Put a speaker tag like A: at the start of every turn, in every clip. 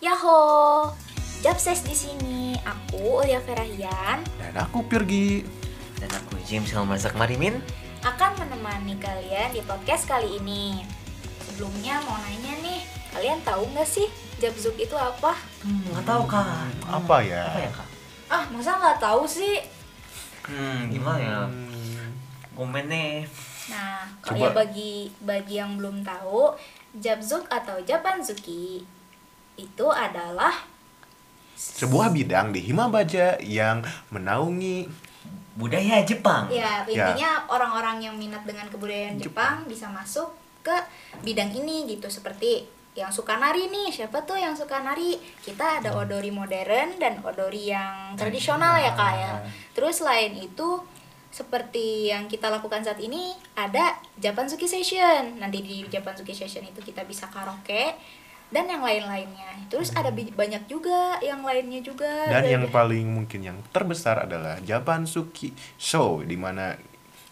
A: Yaho. Jobses di sini. Aku Ulia Ferahian
B: Dan aku pergi.
C: Dan aku James Helmazak Marimin
A: akan menemani kalian di podcast kali ini. Sebelumnya mau nanya nih, kalian tahu nggak sih Jabzuk itu apa?
C: Hmm, nggak tahu kak
B: Apa ya?
C: Apa ya kak?
A: Ah, masa nggak tahu sih?
C: Hmm, gimana ya?
B: Hmm,
C: Komen nih
A: Nah,
B: Coba.
A: kalau ya bagi bagi yang belum tahu, Jabzuk atau Japanzuki itu adalah
B: Sebuah bidang di Himabaja yang menaungi
C: Budaya Jepang
A: ya
B: Ya.
A: intinya orang-orang yang minat dengan kebudayaan Jepang, bisa masuk ke bidang ini gitu seperti yang suka nari nih siapa tuh yang suka nari kita ada odori modern dan odori yang tradisional ya kak ya terus selain itu seperti yang kita lakukan saat ini ada Japanzuki Session nanti di Japanzuki Session itu kita bisa karaoke dan yang lain-lainnya terus ada bi- banyak juga yang lainnya juga
B: dan
A: Dari-
B: yang paling mungkin yang terbesar adalah Japan Suki Show di mana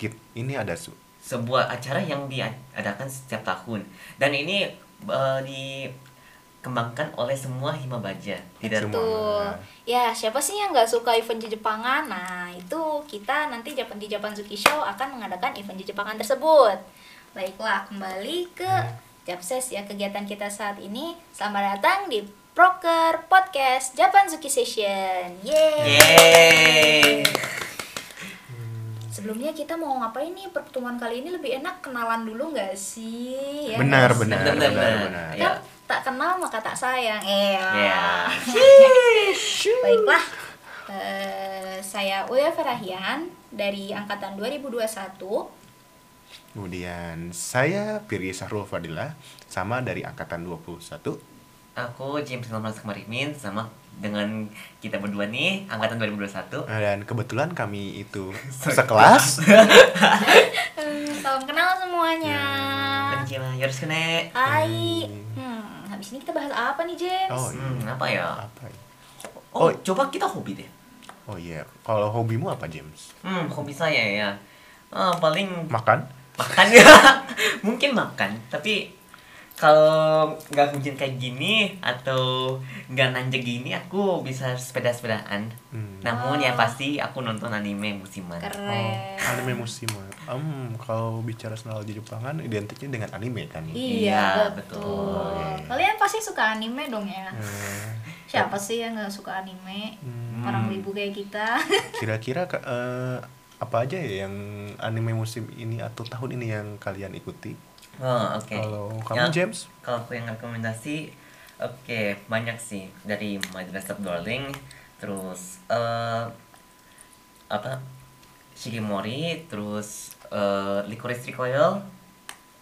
B: kit- ini ada su-
C: Sebuah acara yang diadakan setiap tahun Dan ini eh, dikembangkan oleh semua Himabaja Tidak
B: Semua.
A: Betul. Ya, siapa sih yang nggak suka event Jepangan? Nah, itu kita nanti Japan di Japan Suki Show akan mengadakan event Jepangan tersebut. Baiklah, kembali ke Japses ya kegiatan kita saat ini. Selamat datang di Proker Podcast Japan Suki Session. Yeay.
C: Yeay
A: Sebelumnya kita mau ngapain nih pertemuan kali ini lebih enak kenalan dulu nggak sih? Ya
B: benar,
A: nggak sih?
B: benar, benar, benar,
C: Benar, benar. Iya.
B: benar.
A: Kan tak kenal maka tak sayang. Eh.
C: Ya
A: Baiklah, eh, saya Uya Ferahian dari Angkatan 2021.
B: Kemudian saya Piri Sahrul Fadila sama dari angkatan 21.
C: Aku James Helmazak Marimin Sama dengan kita berdua nih Angkatan
B: Nah,
C: 2021
B: Dan kebetulan kami itu sekelas.
A: Hmm, Salam kenal semuanya. Ah.
C: Konnichiwa, yoroshiku ne
A: Hai. Hmm, habis ini kita bahas apa nih, James?
B: Oh,
C: Hmm, apa ya?
B: apa? ya? Oh.
C: Oh, coba kita hobi deh
B: Oh iya, kalau hobimu apa James?
C: Hmm, hobi saya ya. Ah, paling
B: Makan?
C: makan ya. Mungkin makan, tapi kalau nggak hujan kayak gini atau nggak nanjak gini aku bisa sepeda-sepedaan.
B: Hmm.
A: Oh.
C: Namun ya pasti aku nonton anime musiman.
A: Keren.
C: Iya.
B: Oh, anime musiman. Hmm, kalau bicara soal di Jepangan identiknya dengan anime kan ya?
C: Iya,
A: Iya, betul.
C: betul. Iya.
A: Kalian pasti suka anime dong ya?
B: Eh,
A: Siapa sih yang nggak suka anime?
B: hmm,
A: Orang wibu kayak kita.
B: Kira-kira ke- eh, apa aja ya yang anime musim ini atau tahun ini yang kalian ikuti?
C: Oh, oke.
B: Kalau
C: Ya,
B: kamu James?
C: Kalau aku yang rekomendasi, oke banyak sih dari Madrasah Darling, terus eh apa Shikimori, terus eh Licorice Recoil,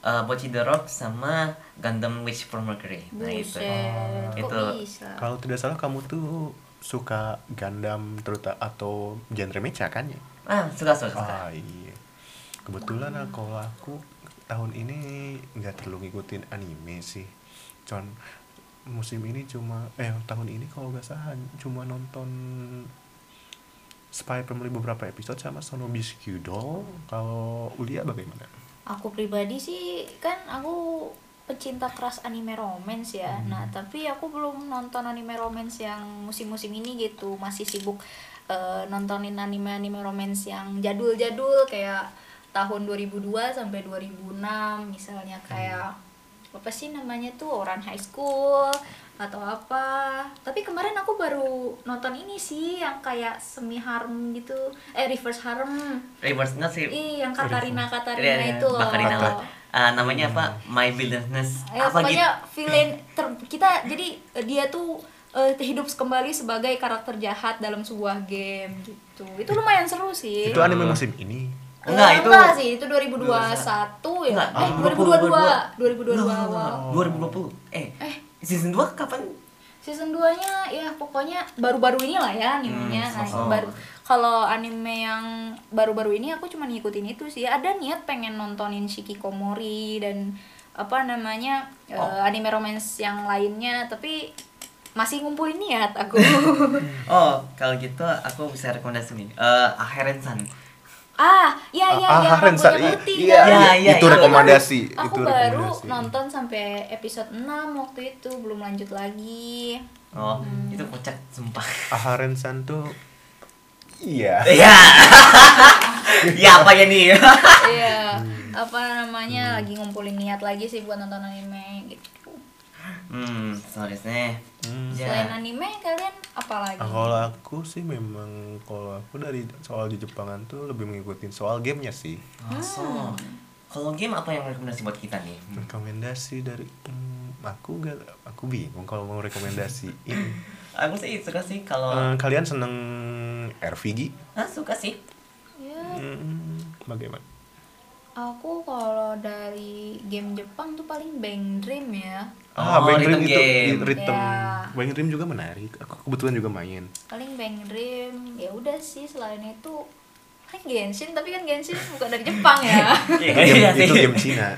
C: eh Bocchi the Rock sama Gundam Witch for Mercury. Nah itu.
A: Buset, kok
C: Itu.
A: bisa?
B: Kalau tidak salah kamu tuh suka Gundam terutama atau genre mecha kan ya?
C: Ah suka suka suka.
B: Ah iya. Kebetulan ah, kalau aku tahun ini nggak terlalu ngikutin anime sih. Con musim ini cuma eh tahun ini kalau nggak salah cuma nonton Spy Family beberapa episode sama Sonobis Kyudo. Kalau Ulia bagaimana?
A: aku pribadi sih kan aku pecinta keras anime romance ya nah tapi aku belum nonton anime romance yang musim-musim ini gitu masih sibuk eh, nontonin anime-anime romance yang jadul-jadul kayak tahun 2002 sampai 2006 misalnya kayak apa sih namanya tuh orang high school atau apa tapi kemarin aku baru nonton ini sih yang kayak semi harem gitu eh reverse harem
C: Reverse nggak sih?
A: Ih, yang Katarina
C: Iya,
A: Katarina
C: iya,
A: itu loh.
C: Bakarina lah. Ah, namanya apa? My Business.
A: Eh,
C: apa gitu?
A: pokoknya villain ter- kita jadi eh, dia tuh eh, hidup kembali sebagai karakter jahat dalam sebuah game gitu. Itu lumayan seru sih.
B: Itu anime musim ini.
A: Eh,
C: Enggak, itu-
A: sih, itu 2021 ya.
C: Enggak, Ah,
B: Ah,
A: eh, 2022. 2022 awal.
C: 2020. Eh, season 2 kapan?
A: Season 2-nya ya pokoknya baru-baru ini lah ya animenya.
C: Hmm,
A: Nah,
B: oh.
C: sama-sama.
A: baru kalau anime yang baru-baru ini aku cuma ngikutin itu sih. Ada niat pengen nontonin Shikikomori dan apa namanya eh,
C: Oh.
A: anime romance yang lainnya tapi masih ngumpulin niat aku.
B: Hmm.
C: Oh, kalau gitu aku bisa rekomendasi nih. Eh, Aheren San.
A: ah ya ya
B: Ah,
A: yang
B: ah, Rensa,
A: rambutnya
B: i-
A: putih
B: iya,
A: kan?
B: iya,
C: Iya,
B: itu
C: iya,
B: rekomendasi.
A: aku
B: itu
A: baru
B: rekomendasi.
A: nonton sampai episode 6 waktu itu belum lanjut lagi
C: Oh,
A: Hmm.
C: itu kocak sumpah.
B: Aharen San tuh iya.
C: Iya. ya apa ya nih?
A: iya
B: Hmm.
A: apa namanya lagi ngumpulin niat lagi sih buat nonton anime gitu
C: hmm, sorry sih.
B: Hmm.
C: Ya.
A: selain anime kalian apa lagi
B: Nah, kalau aku sih memang kalau aku dari soal di Jepangan tuh lebih mengikuti soal gamenya sih.
C: Oh, so.
A: Hmm.
C: Kalau game apa yang rekomendasi buat kita nih?
B: Hmm. Rekomendasi dari hmm, aku gak aku bingung kalau mau rekomendasiin.
C: Aku sih suka sih kalau
B: Eh, kalian seneng RPG?
C: ah, suka sih.
A: ya
B: Hmm, bagaimana?
A: aku kalau dari game Jepang tuh paling Bang Dream ya
C: Oh,
B: Ah,
C: rhythm
B: itu
C: game.
B: rhythm.
A: Ya.
B: Bang Dream juga menarik. Aku kebetulan juga main.
A: paling Bang Dream ya udah sih selain itu kan Genshin tapi kan Genshin bukan dari Jepang ya
B: Itu game,
C: sih.
B: Iya, itu game Cina.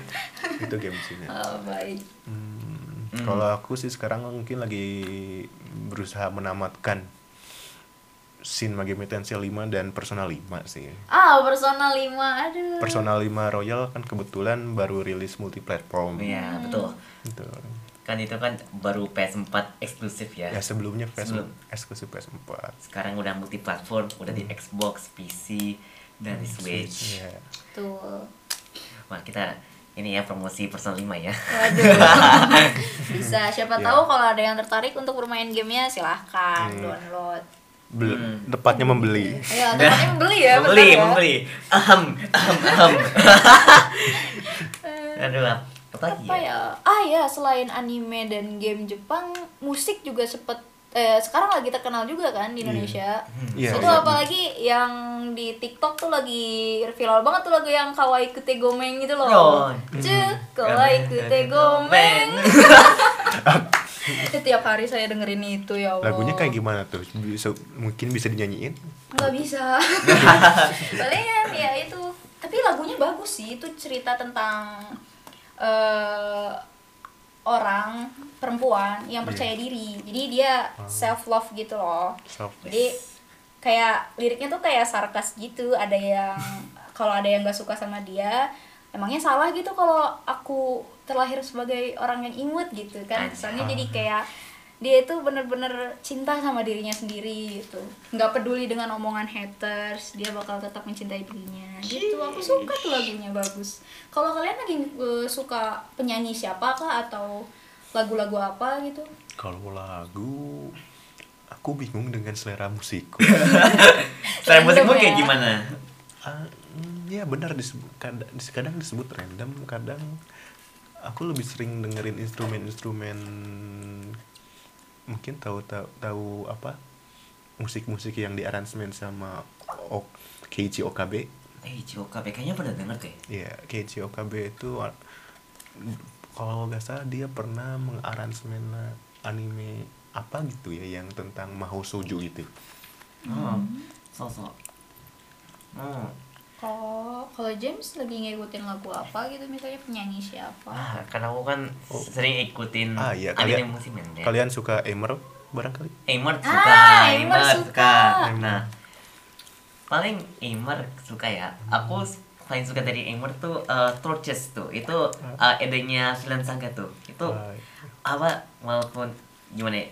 B: itu game Cina.
A: oh, baik
B: Hmm, Kalau aku sih sekarang mungkin lagi berusaha menamatkan Shin Megami Tensei 5 dan Persona 5 sih.
A: ah Persona 5 aduh
B: Persona 5 Royal kan kebetulan baru rilis multi platform.
C: Iya, betul.
B: Gitu.
C: Kan itu kan baru PS4 eksklusif ya.
B: Ya sebelumnya PS
C: Sebelum.
B: eksklusif PS4.
C: Sekarang udah multi platform, udah di Xbox, PC, dan di Switch.
B: Iya.
A: tuh
C: Wah, kita ini ya promosi Persona 5 ya.
A: Waduh. Bisa siapa
B: Iya.
A: tahu kalau ada yang tertarik untuk bermain gamenya silahkan
B: Hmm.
A: download.
B: Bel-
C: Hmm.
B: Tepatnya membeli.
A: Ya, tempatnya membeli ya,
C: membeli,
A: betul ya.
C: membeli. Ahem, ahem, ahem. Aduh, apa lagi
A: Apa
C: ya?
A: ya? Ah ya, selain anime dan game Jepang, musik juga sempet eh, sekarang lagi terkenal juga kan di Indonesia.
B: Iya,
A: itu
B: iya.
A: apalagi yang di TikTok tuh lagi viral banget tuh lagu yang kawaii kute gomeng gitu
C: Oh. iya,
A: loh. Cek kawaii kute gomeng. Setiap hari saya dengerin itu ya
C: Oh.
A: Allah.
B: Lagunya kayak gimana tuh? Bisa, mungkin bisa dinyanyiin?
A: nggak bisa palingan ya itu tapi lagunya bagus sih itu cerita tentang eh orang perempuan yang percaya diri jadi dia self love gitu loh
B: Self-
A: jadi kayak liriknya tuh kayak sarkas gitu ada yang kalau ada yang nggak suka sama dia emangnya salah gitu kalau aku terlahir sebagai orang yang imut gitu kan kesannya jadi kayak dia itu bener-bener cinta sama dirinya sendiri gitu nggak peduli dengan omongan haters dia bakal tetap mencintai dirinya gitu aku suka tuh lagunya bagus kalau kalian lagi eh, suka penyanyi siapa kah atau lagu-lagu apa gitu
B: Kalau lagu aku bingung dengan selera musikku.
C: Selain musik
A: Random
C: kayak
A: ya.
C: gimana?
B: Ah, mm, ya benar disebut kadang, kadang disebut random kadang aku lebih sering dengerin instrumen-instrumen mungkin tahu tahu tahu apa musik-musik yang diaransemen sama o Keiichi Okabe
C: Eh, Cioka, kayaknya pernah denger deh.
B: ya Keiichi Okabe itu wa- kalau nggak salah dia pernah mengaransemen anime apa gitu ya yang tentang Mahou Shoujo gitu
C: Oh, sosok. Oh,
A: Oh, kalau James lebih ngikutin lagu apa gitu misalnya penyanyi siapa?
C: ah, karena aku kan sering ikutin
B: ah ya
C: anime
B: kalian
C: musimen ya.
B: kalian suka Emerald barangkali
C: Eimer suka,
A: Ah, Eimer
C: Eimer suka.
A: suka.
C: Nah, paling Eimer suka ya. Aku s- paling suka dari Eimer tuh eh, Torches tuh. Itu eh, endingnya Villain Saga tuh. Itu
B: Ah,
C: apa walaupun gimana ya,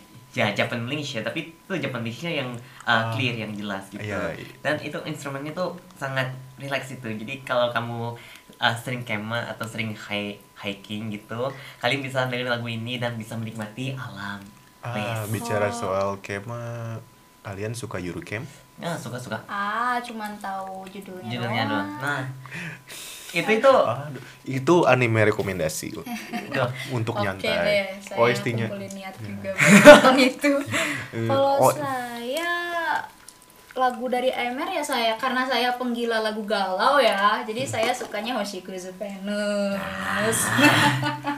C: ya Japan English ya, tapi itu Japan Englishnya yang eh, clear yang jelas gitu.
B: Ah. Iya, iya.
C: Dan itu instrumennya tuh sangat relax itu. Jadi kalau kamu eh, sering kemah atau sering hi- hiking gitu, kalian bisa dengerin lagu ini dan bisa menikmati alam.
B: Ah,
C: Best.
B: bicara soal kema, kalian suka Yuru Camp?
C: Nah, suka-suka
A: Ah, cuman tahu judulnya,
C: judulnya doang.
A: doang.
C: Nah, itu itu
B: Aduh, itu anime rekomendasi u-
C: Udah.
B: untuk
A: Oke deh,
B: nyantai. Oh,
A: saya
B: OST-nya
A: kumpulin niat juga buat nonton itu.
B: Eh,
A: Kalau
B: oh.
A: saya lagu dari AMR ya saya karena saya penggila lagu galau ya. Jadi
B: Hmm.
A: saya sukanya Hoshiku Zupenus.
B: Nah.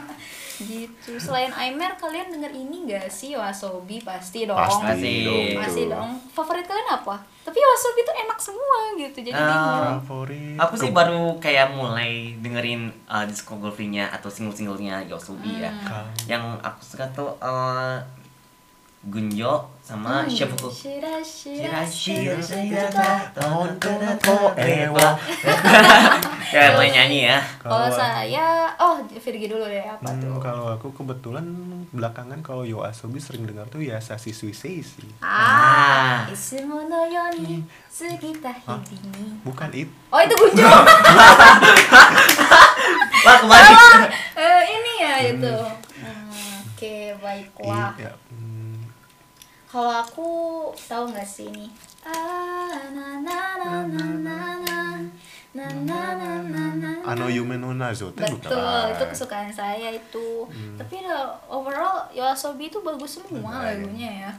A: gitu. Selain AMR kalian denger ini gak sih Wasobi pasti dong.
B: pasti
C: Pasti.
B: dong.
A: Pasti
B: itu.
A: dong. Favorit kalian apa? Tapi wasabi itu enak semua gitu. Jadi
C: Ah.
A: bingung.
B: Favorit.
C: aku sih
B: Ke-
C: baru kayak mulai dengerin uh, diskografinya atau single-singlenya Yosobi ya.
B: Kal-
C: Yang aku suka tuh uh, Gunjo
A: Hmm.
C: sama Shifuku. Shirashiro Shirata
B: Oh, ewa.
C: Ya, boleh nyanyi ya.
A: Kalau
B: Kalau-
A: saya, oh Virgi dulu deh apa
B: Hmm,
A: tuh?
B: kalau aku kebetulan belakangan kalau Yo Asobi sering dengar tuh ya Sashi Suisei sih.
A: Ah,
C: Ah.
A: ismu no yoni sugita hibini.
B: Bukan itu.
A: Oh itu Gunjo.
C: Wah, kemarin.
A: Eh, ini ya itu. Hmm, Oke baiklah.
B: Iya. hmm.
A: Kalau aku tahu nggak sih ini? Ah, na na na na na na na na na na na.
B: Ano Yume no Nazo teh bukan.
A: Betul, itu kesukaan saya itu.
B: Hmm.
A: Tapi uh, overall Yoasobi itu bagus semua
B: Benar.
A: lagunya ya.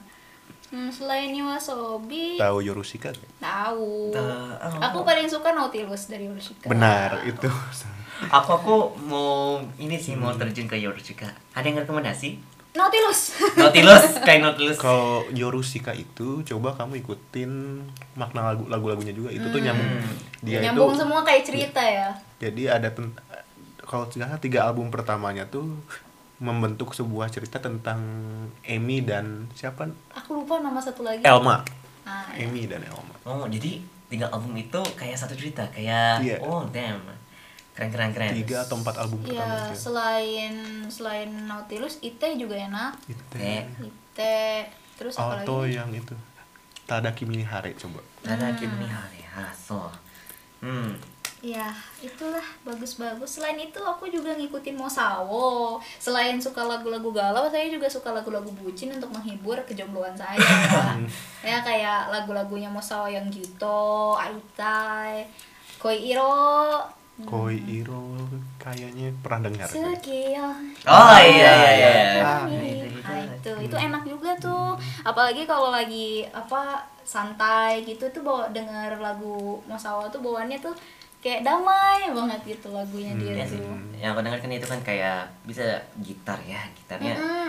A: Hmm, selain Yoasobi,
B: Tahu Yorushika? nggak?
A: tahu.
C: Tahu.
A: Aku paling suka Nautilus dari Yorushika.
B: Benar itu.
C: Aku aku mau ini sih mau terjun ke Yorushika. Ada yang rekomendasi?
A: Nautilus.
C: Nautilus, kayak Nautilus.
B: kalau Yorushika itu coba kamu ikutin makna lagu lagu-lagunya juga itu tuh nyambung. Dia
A: Nyambung
B: itu Iya.
A: semua kayak cerita ya.
B: jadi ada ten- kalau tidak salah tiga album pertamanya tuh membentuk sebuah cerita tentang Amy dan siapa
A: Aku lupa nama satu lagi.
B: Elma
A: Ah, ya.
B: Amy dan Elma
C: Oh, jadi tiga album itu kayak satu cerita, kayak
B: Iya.
C: oh damn. Keren keren keren.
B: tiga atau empat album
A: Ya,
B: pertama itu.
A: selain selain Nautilus, Ite juga enak.
B: Itu.
C: Nek.
A: Ite terus apa
B: Gitu. Auto
A: lagi?
B: yang itu Tadaki Mini Hare coba
A: Hmm.
C: Ada Kimi Hari Haso. Hmm.
A: Ya, itulah bagus-bagus. Selain itu aku juga ngikutin Mosawo. Selain suka lagu-lagu galau, saya juga suka lagu-lagu bucin untuk menghibur kejombloan saya. ya kayak lagu-lagunya Mosawo yang Gito, Aitai, Koiro,
B: Koi Iro kayaknya pernah dengar kan?
A: Tsukio,
C: Oh iya iya iya.
A: Ah,
C: iya, iya.
A: itu itu enak juga tuh apalagi kalau lagi apa santai gitu tuh bawa denger lagu Mosawa tuh bawaannya tuh kayak damai banget gitu lagunya dia
C: Iya sih.
A: tuh
C: Yang aku dengar kan itu kan kayak bisa gitar ya, gitarnya
A: Mm-mm.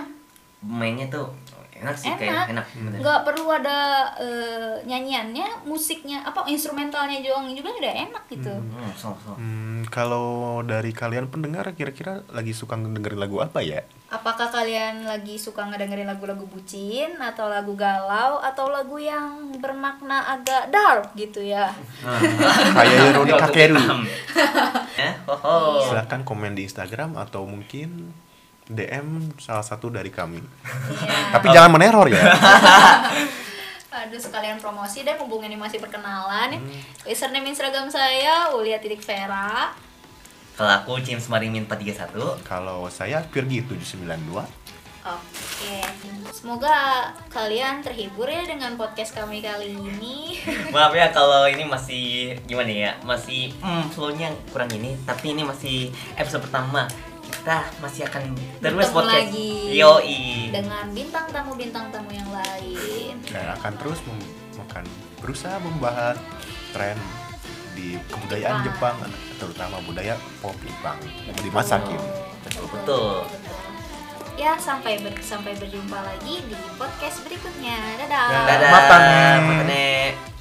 C: mainnya tuh enak sih
A: Enak.
C: kayak enak. ya. bener.
A: nggak perlu ada eh, nyanyiannya musiknya apa instrumentalnya doang juga udah enak gitu
C: Hmm, so so.
B: Hmm, kalau dari kalian pendengar kira-kira lagi suka dengerin lagu apa ya?
A: apakah kalian lagi suka ngedengerin lagu-lagu bucin atau lagu galau atau lagu yang bermakna agak dark gitu ya
B: Kayak Roni Kakeru.
C: Ya, ho ho.
A: Iya.
B: Silahkan komen di Instagram atau mungkin DM salah satu dari kami.
A: Iya.
B: Tapi jangan meneror ya.
A: Aduh sekalian promosi deh mumpung ini masih perkenalan. Username Instagram saya Ulia titik Vera.
C: Kalau aku James Marimin 431
B: Kalau saya gitu, Virgi 792.
A: Oke. Semoga kalian terhibur ya dengan podcast kami kali ini.
C: Maaf ya kalau ini masih gimana ya, masih hmm, flow-nya kurang ini, tapi ini masih episode pertama. Kita masih akan terus
A: Bertemu
C: podcast.
A: lagi.
C: Yoi.
A: dengan bintang tamu bintang tamu yang lain.
B: Dan akan terus mem- akan berusaha membahas tren di kebudayaan Jepang, terutama budaya pop Jepang yang dimasakin.
C: Betul betul.
A: Ya sampai ber- sampai berjumpa lagi di podcast berikutnya. Dadah.
B: Dadah.
C: Dadah.
B: Matane.
C: matane.